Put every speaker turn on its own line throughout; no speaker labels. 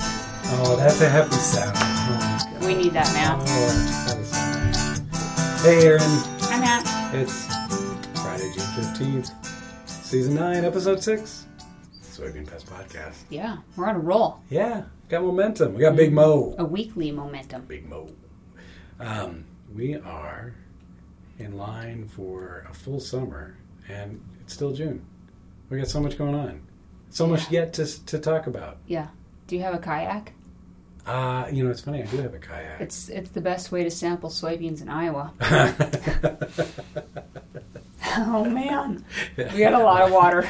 Oh, that's a happy sound. Oh, my God.
We need that now.
Oh, that is- Hey, Aaron.
I'm out.
It's Friday, June fifteenth, season nine, episode six, Soybean Pest Podcast.
Yeah, we're on a roll.
Yeah, got momentum. We got Big Mo.
A weekly momentum.
Big Mo. Um, we are in line for a full summer, and it's still June. We got so much going on, so much yet to to talk about.
Yeah. Do you have a kayak?
Uh, you know, it's funny. I do have a kayak.
It's it's the best way to sample soybeans in Iowa. oh man, we got a lot of water.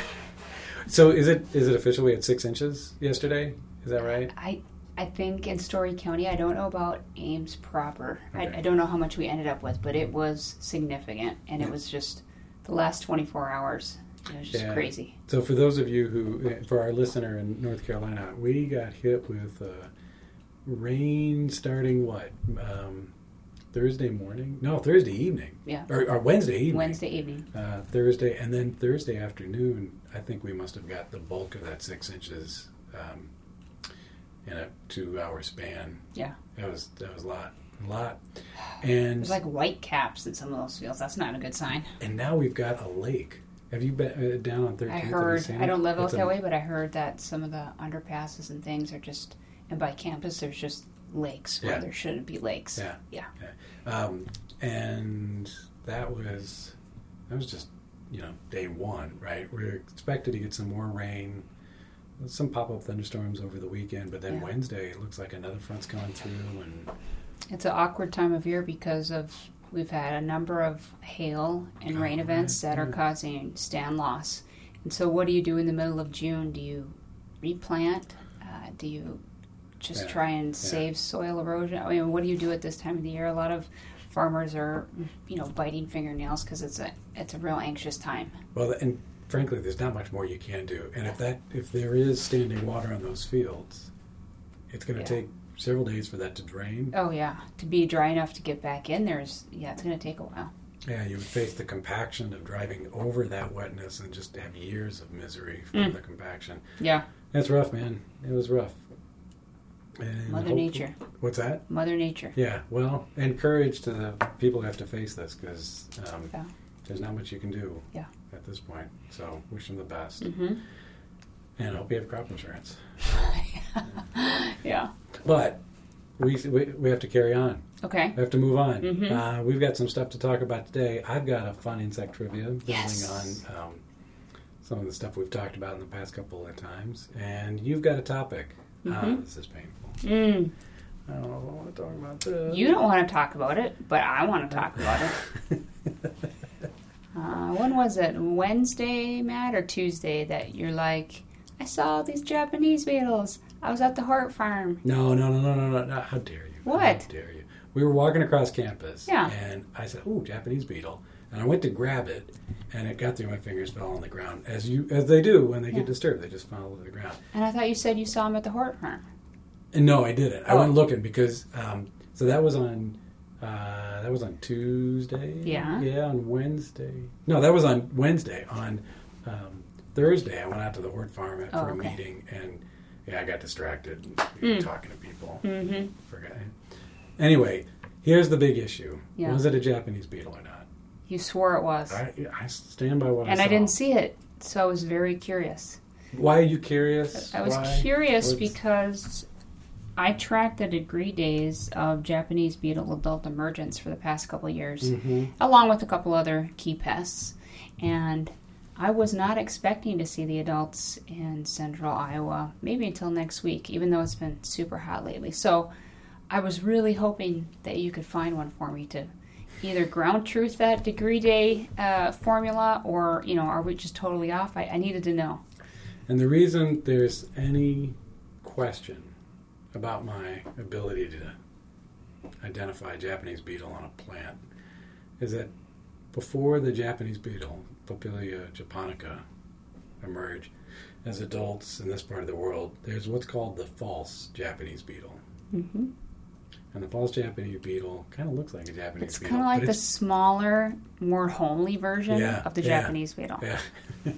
So is it is it official? We had six inches yesterday. Is that right?
I I think in Story County, I don't know about Ames proper.
Okay.
I, I don't know how much we ended up with, but it was significant, and it was just the last 24 hours. It was just
Yeah.
crazy.
So for those of you who, for our listener in North Carolina, we got hit with uh, rain starting what um, Thursday morning? No, Thursday evening.
Yeah.
Or, or Wednesday evening.
Wednesday evening.
Uh, Thursday, and then Thursday afternoon. I think we must have got the bulk of that six inches um, in a two-hour span.
Yeah.
That was that was a lot, a lot,
It
and
was like white caps in some of those fields. That's not a good sign.
and now we've got a lake. Have you been uh, down on 13th?
I
Have you
heard.
seen
I
it?
don't live out
It's a-
that way, but I heard that some of the underpasses and things are just, and by campus there's just lakes where
Yeah.
there shouldn't be lakes.
Yeah.
Yeah.
Um, and that was that was just you know day one, right? We are expected to get some more rain, some pop up thunderstorms over the weekend, but then
Yeah.
Wednesday it looks like another front's coming through, and
It's an awkward time of year because of we've had a number of hail and rain
Oh,
events
right,
that are
yeah.
causing stand loss. And so, what do you do in the middle of June? Do you replant? Uh, do you just
Yeah,
try and save soil erosion? I mean, what do you do at this time of the year? A lot of farmers are, you know, biting fingernails because it's a it's a real anxious time.
well, and frankly, there's not much more you can do. And if that if there is standing water on those fields, it's going to
Yeah.
take several days for that to drain.
Oh yeah, to be dry enough to get back in there's yeah, it's gonna take a while.
Yeah, you would face the compaction of driving over that wetness and just have years of misery from
Mm.
the compaction.
Yeah,
That's rough, man. It was rough. And
Mother
hopeful-
Nature,
What's that?
Mother Nature.
Yeah. Well, and courage to the people who have to face this because um,
Yeah.
there's not much you can do.
Yeah.
At this point, so wish them the best,
Mm-hmm.
and I hope you have crop insurance.
Yeah.
But we we, we have to carry on.
Okay.
We have to move on.
Mhm.
Uh, we've got some stuff to talk about today. I've got a fun insect trivia building
Yes.
on um, some of the stuff we've talked about in the past couple of times, and you've got a topic. Ah,
Mhm.
this is painful.
Mm.
I don't know if I want to talk about this.
You don't want to talk about it, but I want to talk about it. Uh, when was it? Wednesday, Matt, or Tuesday that you're like, I saw all these Japanese beetles. I was at the Hart Farm.
No, no, no, no, no, no, no. How dare you?
What?
How dare you? We were walking across campus.
Yeah.
And I said, "Ooh, Japanese beetle," and I went to grab it, and it got through my fingers, fell on the ground, as you as they do when they
Yeah.
get disturbed. They just fall to the ground.
And I thought you said you saw them at the Hart Farm.
And no, I didn't. I
Oh.
went looking because um, so that was on uh, that was on Tuesday.
Yeah.
Yeah, on Wednesday. No, that was on Wednesday. On um, Thursday, I went out to the Hort Farm for
Oh,
a
okay. Hmm.
meeting, and yeah, I got distracted and talking to people.
Mm-hmm.
Forgot. Anyway, here's the big issue:
Yeah.
was it a Japanese beetle or not?
You swore it was.
I, I stand by what I
and
saw.
I didn't see it, so I was very curious.
Why are you curious?
I was
Why?
curious
What's-
because I tracked the degree days of Japanese beetle adult emergence for the past couple of years,
Mhm.
along with a couple other key pests. And I was not expecting to see the adults in central Iowa, maybe until next week, even though it's been super hot lately. So I was really hoping that you could find one for me to either ground truth that degree day uh, formula or, you know, are we just totally off? I, I needed to know.
And the reason there's any question about my ability to identify Japanese beetle on a plant is that before the Japanese beetle, Papilia japonica, emerge as adults in this part of the world, there's what's called the false Japanese beetle.
Mm-hmm.
And the false Japanese beetle kind of looks like a Japanese
It's
beetle.
kind of like
but
the
it's-
smaller, more homely version
Yeah,
of the
yeah.
Japanese beetle.
Yeah.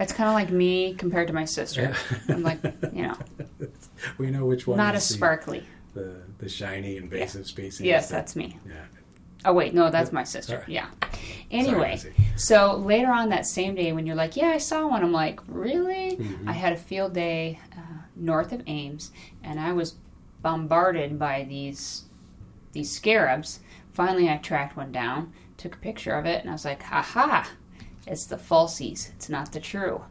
It's kind of like me compared to my sister. I'm like, you know,
we know which one
Not
is
as sparkly.
The, the, the shiny invasive species.
Yes,
that-
that's me.
yeah.
Oh wait, no, that's my sister.
Sorry.
Yeah.
Sorry,
Anyway,
Missy.
so later on that same day, when you're like, "Yeah, I saw one," I'm like, "Really?"
Mhm.
I had a field day uh, north of Ames, and I was bombarded by these these scarabs. Finally, I tracked one down, took a picture of it, and I was like, "Ha ha! It's the falsies. It's not the true."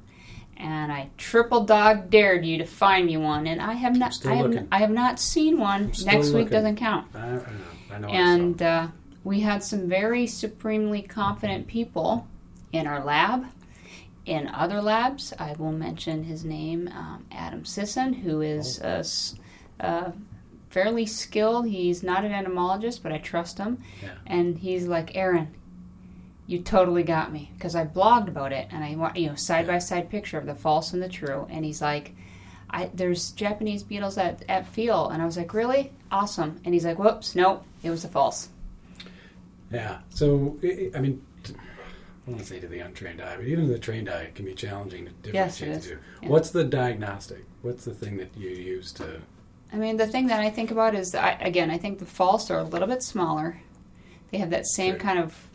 And I triple dog dared you to find me one, and I have not.
still
I have,
looking.
I have not seen one. Next
still
week
looking.
doesn't count
I, I know. I know.
and uh, we had some very supremely confident people in our lab in other labs i will mention his name um, adam sisson who is
Oh.
a s- uh, fairly skilled he's not an entomologist but i trust him
Yeah.
and he's like aaron you totally got me because i blogged about it and i want you know side by side picture of the false and the true and he's like I, there's Japanese beetles at, at Feel. And I was like, really? Awesome. And he's like, whoops, nope, it was a false.
Yeah. So, i I I mean, t- I want to say to the untrained eye, but even to the trained eye, it can be challenging to
Yes, it
differentiate
is.
the two.
Yeah.
What's the diagnostic? What's the thing that you use to?
I mean, the thing that I think about is, I, again, I think the false are a little bit smaller. They have that same
Sure.
kind of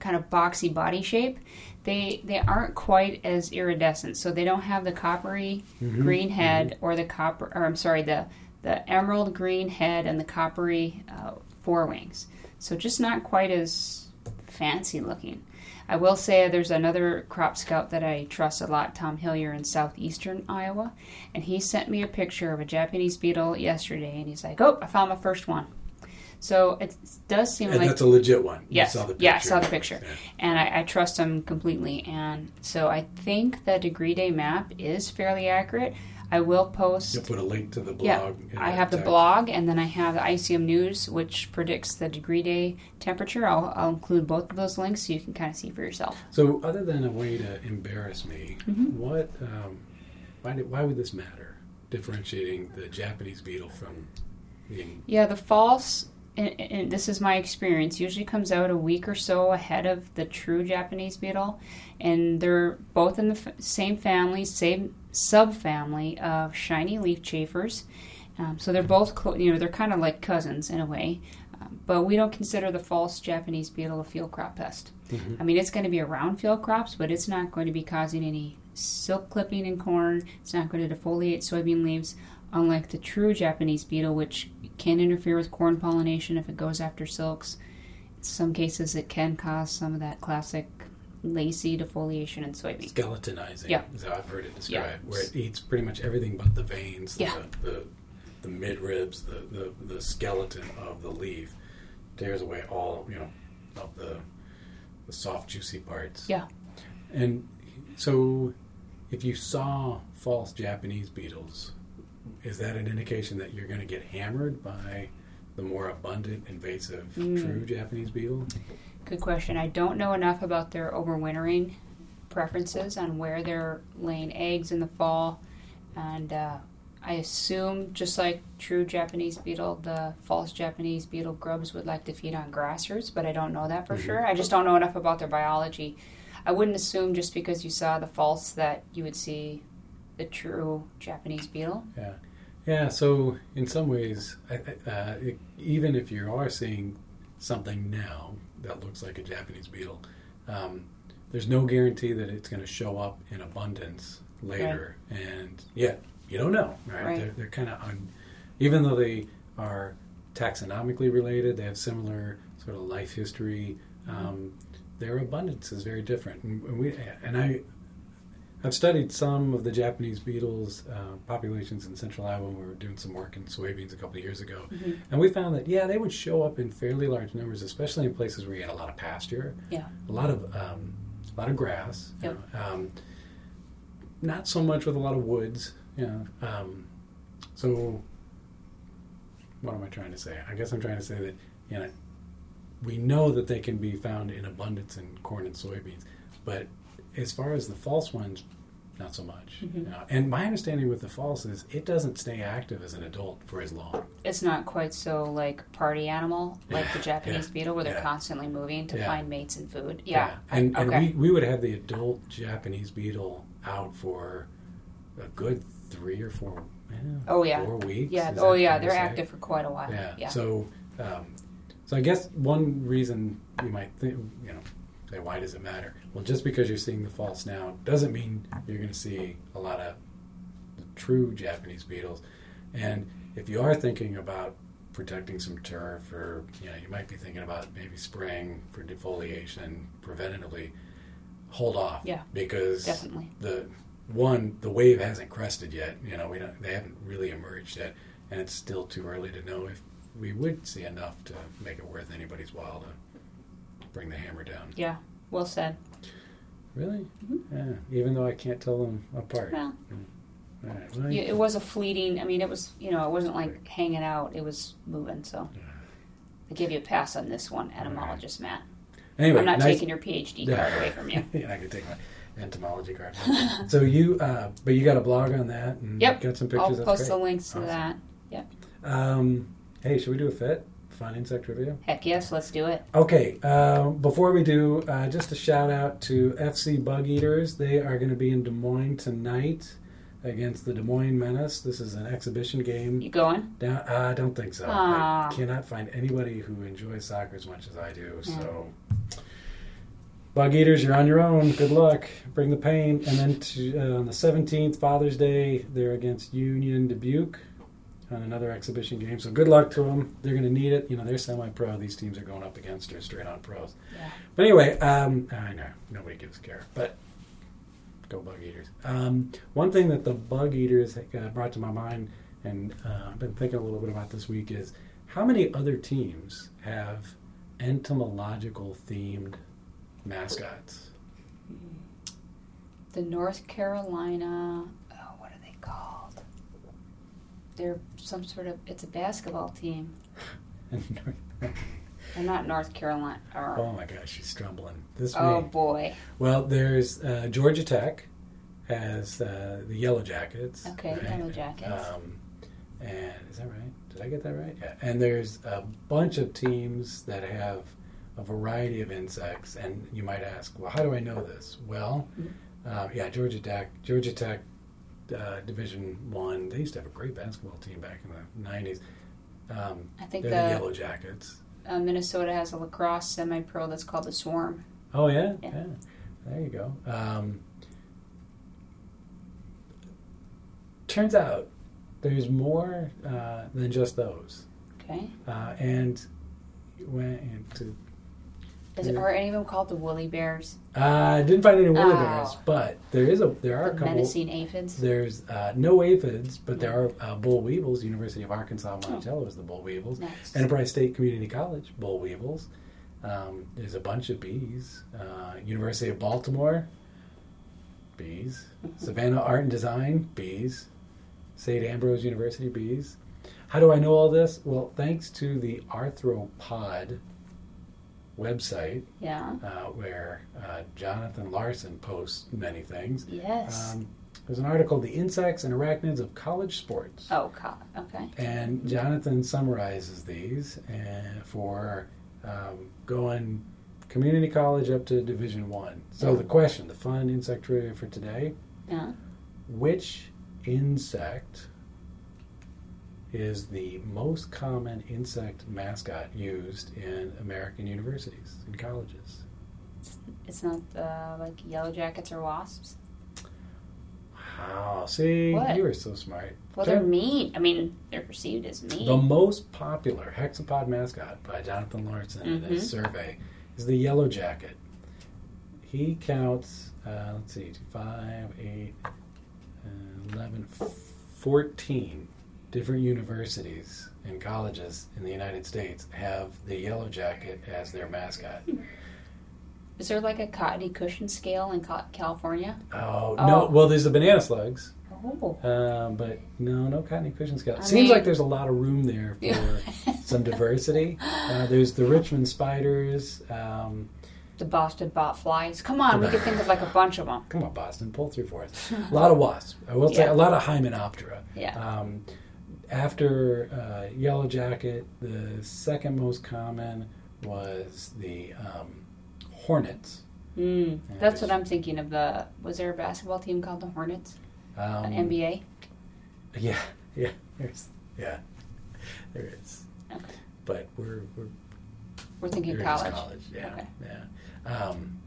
kind of boxy body shape. They they aren't quite as iridescent, so they don't have the coppery green
Mm-hmm.
head or the copper. Or I'm sorry, the the emerald green head and the coppery uh, forewings. So just not quite as fancy looking. I will say there's another crop scout that I trust a lot, Tom Hillier in southeastern Iowa, and he sent me a picture of a Japanese beetle yesterday, and he's like, "Oh, I found my first one." So it does seem
And
like
that's a legit one.
Yes.
You saw the picture.
Yeah, I saw the picture.
Yeah.
and I, I trust them completely. And so I think the degree day map is fairly accurate. I will post.
You'll put a link to the blog.
Yeah,
in
I have the
text.
blog, and then I have the ICM News, which predicts the degree day temperature. I'll, I'll include both of those links so you can kind of see for yourself.
So, other than a way to embarrass me,
Mm-hmm.
what? Um, why, did, why would this matter? Differentiating the Japanese beetle from the
Yeah, the false, and, and this is my experience, usually comes out a week or so ahead of the true Japanese beetle, and they're both in the f- same family, same subfamily of shiny leaf chafers. Um, so they're both, clo- you know, they're kind of like cousins in a way, um, but we don't consider the false Japanese beetle a field crop pest.
Mhm.
I mean, it's going to be around field crops, but it's not going to be causing any silk clipping in corn. It's not going to defoliate soybean leaves, unlike the true Japanese beetle, which can interfere with corn pollination if it goes after silks. In some cases, it can cause some of that classic lacy defoliation in soybeans.
skeletonizing.
Yeah.
Is how I've heard it
Yeah.
described, where it eats pretty much everything but the veins, the,
Yeah.
the, the mid ribs, the, the, the skeleton of the leaf, tears away all, you know, of the, the soft, juicy parts.
Yeah.
And so if you saw false Japanese beetles, is that an indication that you're going to get hammered by the more abundant, invasive,
Hmm.
true Japanese beetle?
Good question. I don't know enough about their overwintering preferences on where they're laying eggs in the fall, and uh, I assume just like true Japanese beetle, the false Japanese beetle grubs would like to feed on grass roots, but I don't know that for
Mhm.
sure. I just don't know enough about their biology. I wouldn't assume just because you saw the false that you would see the true Japanese beetle.
Yeah, so in some ways, I, I- uh, it, even if you are seeing something now that looks like a Japanese beetle, um, there's no guarantee that it's going to show up in abundance later. And yet, you don't know, right?
Right.
They're, they're kind of, un, even though they are taxonomically related, they have similar sort of life history. Um, their abundance is very different, and, and we and I I've studied some of the Japanese beetles uh, populations in central Iowa. when We were doing some work in soybeans a couple of years ago,
Mhm.
and we found that yeah, they would show up in fairly large numbers, especially in places where you had a lot of pasture,
Yeah.
a lot of um, a lot of grass, you
Yep.
know, um, not so much with a lot of woods. You know, um, so what am I trying to say? I guess I'm trying to say that you know we know that they can be found in abundance in corn and soybeans, but as far as the false ones, not so much.
Mhm.
You know, And my understanding with the false is it doesn't stay active as an adult for as long.
It's not quite so like party animal like the
Yeah,
Japanese beetle where they're
yeah.
constantly moving to
Yeah.
find mates and food. Yeah.
And, and
okay.
we, we would have the adult Japanese beetle out for a good three or four. Yeah,
Oh, yeah.
four weeks.
Yeah.
is
Oh,
that
yeah.
fair to
They're
say?
active for quite a while.
Yeah.
Yeah.
So, um, so I guess one reason you might think, you know, say, why does it matter? Well, just because you're seeing the false now doesn't mean you're going to see a lot of the true Japanese beetles. And if you are thinking about protecting some turf, or you know, you might be thinking about maybe spraying for defoliation preventatively. Hold off,
Yeah.
because
Definitely.
the one the wave hasn't crested yet you know we don't they haven't really emerged yet and it's still too early to know if we would see enough to make it worth anybody's while to bring the hammer down
Yeah. Well said.
really yeah even though i can't tell them apart
Mm-hmm.
Mm.
Well,
all right well,
you- it was a fleeting. I mean, it was. You know, it wasn't like hanging out. It was moving. So I give you a pass on this one, entomologist Matt.
anyway
I'm not
nice-
taking your PhD
Yeah.
card away from you.
yeah, I could take my entomology card. so you, uh, but you got a blog on that, and
Yep.
got some
I'll
pictures.
post
That's
the
great.
links to
Awesome.
that.
Um, hey, should we do a fit? Fun insect review.
Heck yes, let's do it.
Okay, uh, before we do, uh, just a shout out to FC Bug Eaters. They are going to be in Des Moines tonight against the Des Moines Menace. This is an exhibition game.
You going?
Down, uh, I don't think so.
Aw.
I cannot find anybody who enjoys soccer as much as I do. So, Bug Eaters, you're on your own. Good luck. Bring the pain. And then to, uh, on the 17th, Father's Day, they're against Union Dubuque on another exhibition game. So good luck to them. They're going to need it. You know, they're semi-pro. These teams are going up against are straight-on pros.
Yeah.
But anyway, um, I know nobody gives a care. But go bug eaters. Um, one thing that the bug eaters uh, brought to my mind, and uh, I've been thinking a little bit about this week, is how many other teams have entomological-themed mascots?
The North Carolina. Oh, what are they called? They're some sort of. It's a basketball team. They're not North Carolina. Or,
oh my gosh, she's stumbling. This
oh
week.
boy.
Well, there's uh, Georgia Tech has uh, the Yellow Jackets.
Okay, Yellow Jackets.
Um, and is that right? Did I get that right? Yeah. And there's a bunch of teams that have a variety of insects. And you might ask, well, how do I know this? Well,
Mm-hmm.
um, yeah, Georgia Tech, Georgia Tech, uh, Division One. They used to have a great basketball team back in the '90s. Um,
I think
they're the
the,
Yellow Jackets.
uh, Minnesota has a lacrosse semi-pro that's called the Swarm.
Oh yeah, yeah.
Yeah.
There you go. Um, turns out there's more uh, than just those,
Okay.
uh, and when and to,
Is,
Yeah.
Are any of them called the Woolly Bears?
uh, I didn't find any woolly
Oh.
bears, but there is a there are a
the
couple.
menacing aphids.
There's uh, no aphids, but there are uh, bull weevils. University of Arkansas Monticello is the bull weevils.
Next.
Enterprise State Community College, bull weevils. Um, there's a bunch of bees. Uh, University of Baltimore, bees. Savannah Art and Design, bees. St. Ambrose University, bees. How do I know all this? Well, thanks to the Arthropod website,
yeah.
uh, where uh, Jonathan Larson posts many things.
Yes.
Um, there's an article, The Insects and Arachnids of College Sports.
oh, col okay.
And Jonathan summarizes these and for um, going community college up to Division One. So the question, the fun insect trivia for today:
Yeah.
Which insect is the most common insect mascot used in American universities and colleges?
It's not uh, like yellow jackets or wasps.
Wow! See,
What?
you were so smart.
Well, they're mean. I mean, they're perceived as mean.
The most popular hexapod mascot by Jonathan Lawrence in this
Mm-hmm.
survey is the yellow jacket. He counts, uh, let's see, 5, 8, uh, 11, 14 different universities and colleges in the United States have the yellow jacket as their mascot.
Is there like a cottony cushion scale in Ca- California?
Oh, no,
Oh.
well, there's the banana slugs,
Oh,
uh, but no, no cotton and cushion scale.
I
Seems like
mean-
there's a lot of room there for. some diversity. Uh, there's the Richmond Spiders. Um,
the Boston bot flies. Come on, we could think of like a bunch of them.
come on, Boston, pull through for us. A lot of wasps. I will say
Yeah.
a lot of Hymenoptera.
Yeah.
Um, after uh, Yellow Jacket, the second most common was the um, hornets.
Mm, that's what I'm thinking of. The was there a basketball team called the Hornets?
Um,
NBA.
Yeah, yeah, there's, yeah, there is.
Okay.
But we're we're
We're thinking
we're
college.
Just college. Yeah,
Okay.
yeah. Um,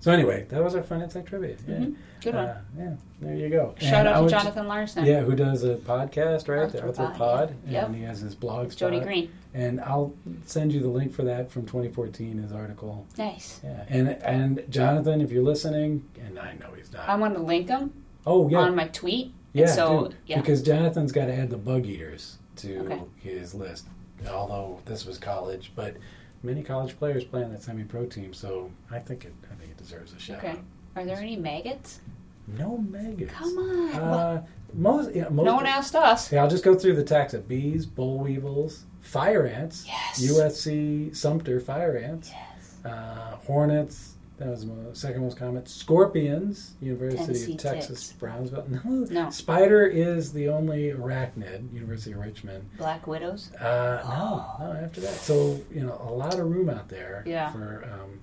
so anyway, that was our finance tech trivia. Yeah,
Mhm. Good one.
Uh, yeah, there you go.
Shout
And I
out to
would-
Jonathan Larson.
Yeah, who does a podcast, right? The
Arthropod,
Arthropod,
yeah.
and he has his blog spot.
Jody Green.
And I'll send you the link for that from 2014, his article.
Nice.
Yeah, and and Jonathan, if you're listening, and I know he's not.
I want to link him
oh yeah,
on my tweet.
yeah,
so,
dude,
yeah.
because Jonathan's got to add the bug eaters to
Okay.
his list. Although this was college, but many college players play on that semi-pro team, so I think it I think it deserves a shout.
Okay.
out.
Are there any maggots?
No maggots.
Come on. Well,
Uh, most, yeah, most
no one asked us.
Yeah, I'll just go through the taxa: bees, boll weevils, fire ants,
Yes.
USC Sumter fire ants,
Yes.
uh, hornets. That was the second most common. Scorpions, University
Tennessee
of Texas,
ticks.
Brownsville. No.
No.
Spider is the only arachnid, University of Richmond.
Black widows.
Uh, no, no, after that. So, you know, a lot of room out there
Oh. Yeah.
for um,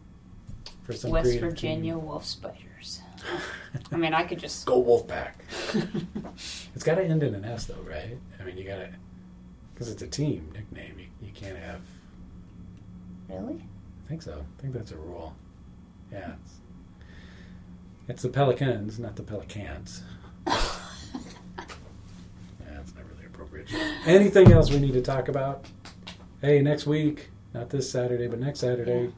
for some
West
creative
Virginia
team.
wolf spiders. I mean, I could just.
Go Wolfpack. It's got to end in an S, though, right? I mean, you got to, because it's a team nickname. You, you can't have,
really?
I think so. I think that's a rule. Yeah. It's, it's the Pelicans, not the Pelicans. Yeah, that's not really appropriate. Anything else we need to talk about? Hey, next week, not this Saturday, but next Saturday,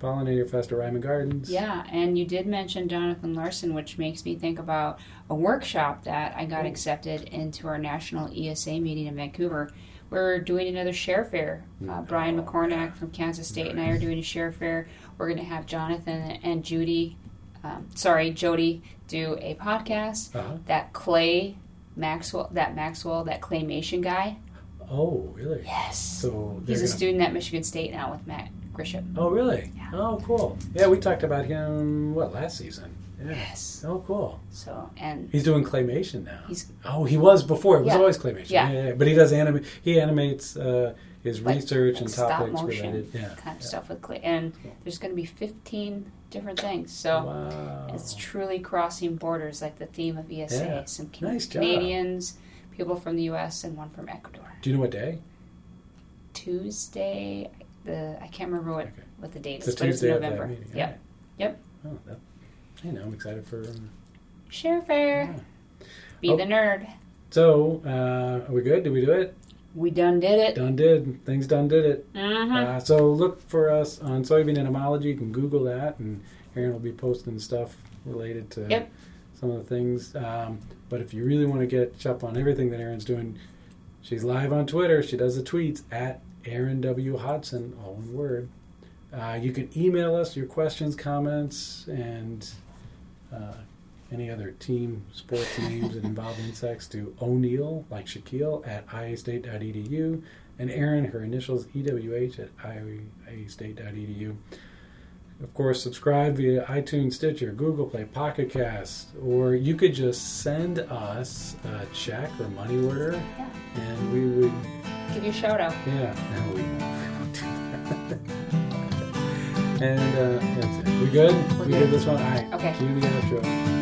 Pollinator Fest at Ryman Gardens.
Yeah, and you did mention Jonathan Larson, which makes me think about a workshop that I got accepted into our national ESA meeting in Vancouver. We're doing another share fair. Uh, Brian
No.
McCormack from Kansas State and I are
Nice.
doing a share fair. We're going to have Jonathan and Judy, um, sorry, Jody, do a podcast.
Uh-huh.
That Clay Maxwell, that Maxwell, that claymation guy.
Oh, really?
Yes.
So they're
He's a
gonna-
student at Michigan State now with Matt Grisham.
Oh, really?
Yeah.
Oh, cool. Yeah, we talked about him, what, last season? Yeah.
Yes.
Oh, cool.
So, and
He's doing claymation now.
He's-
oh, he was before. It was
Yeah.
always claymation.
Yeah.
yeah, yeah. But he does animate. He animates uh, his
Like-
research
like
and
stop
topics
motion
related. Yeah.
kind of stuff with clay. And there's going to be 15 different things. So
wow.
it's truly crossing borders, like the theme of ESA.
Yeah.
Some Ca-
Nice job.
Canadians, people from the U.S., and one from Ecuador.
Do you know what day?
Tuesday, the I can't remember what,
Okay.
what the date
It's
is,
a
but it's
Tuesday of
November.
that meeting.
Yep.
Alright.
Yep.
Oh, that, I know. I'm excited for. um,
Share fair.
yeah.
Be
Oh.
the nerd.
So, uh, are we good? Did we do it?
We done did it.
Done did. Things done did it.
Mm-hmm.
Uh, so look for us on soybean entomology. You can Google that, and Aaron will be posting stuff related to
Yep.
some of the things. Um, but if you really want to catch up on everything that Aaron's doing, she's live on Twitter. She does the tweets at Aaron W Hodson, all one word. Uh, you can email us your questions, comments, and uh, any other team sports names that involve insects to O'Neill, like Shaquille, at iastate.edu and Erin, her initials EWH at iastate.edu. E Of course, subscribe via iTunes, Stitcher, Google Play, Pocket Cast, or you could just send us a check or money order,
Yeah.
and we would,
Give you a shout out.
yeah, no, we won't. and uh, that's it. We good?
We're
we
good.
did this one. All right.
Okay.
Cue the outro.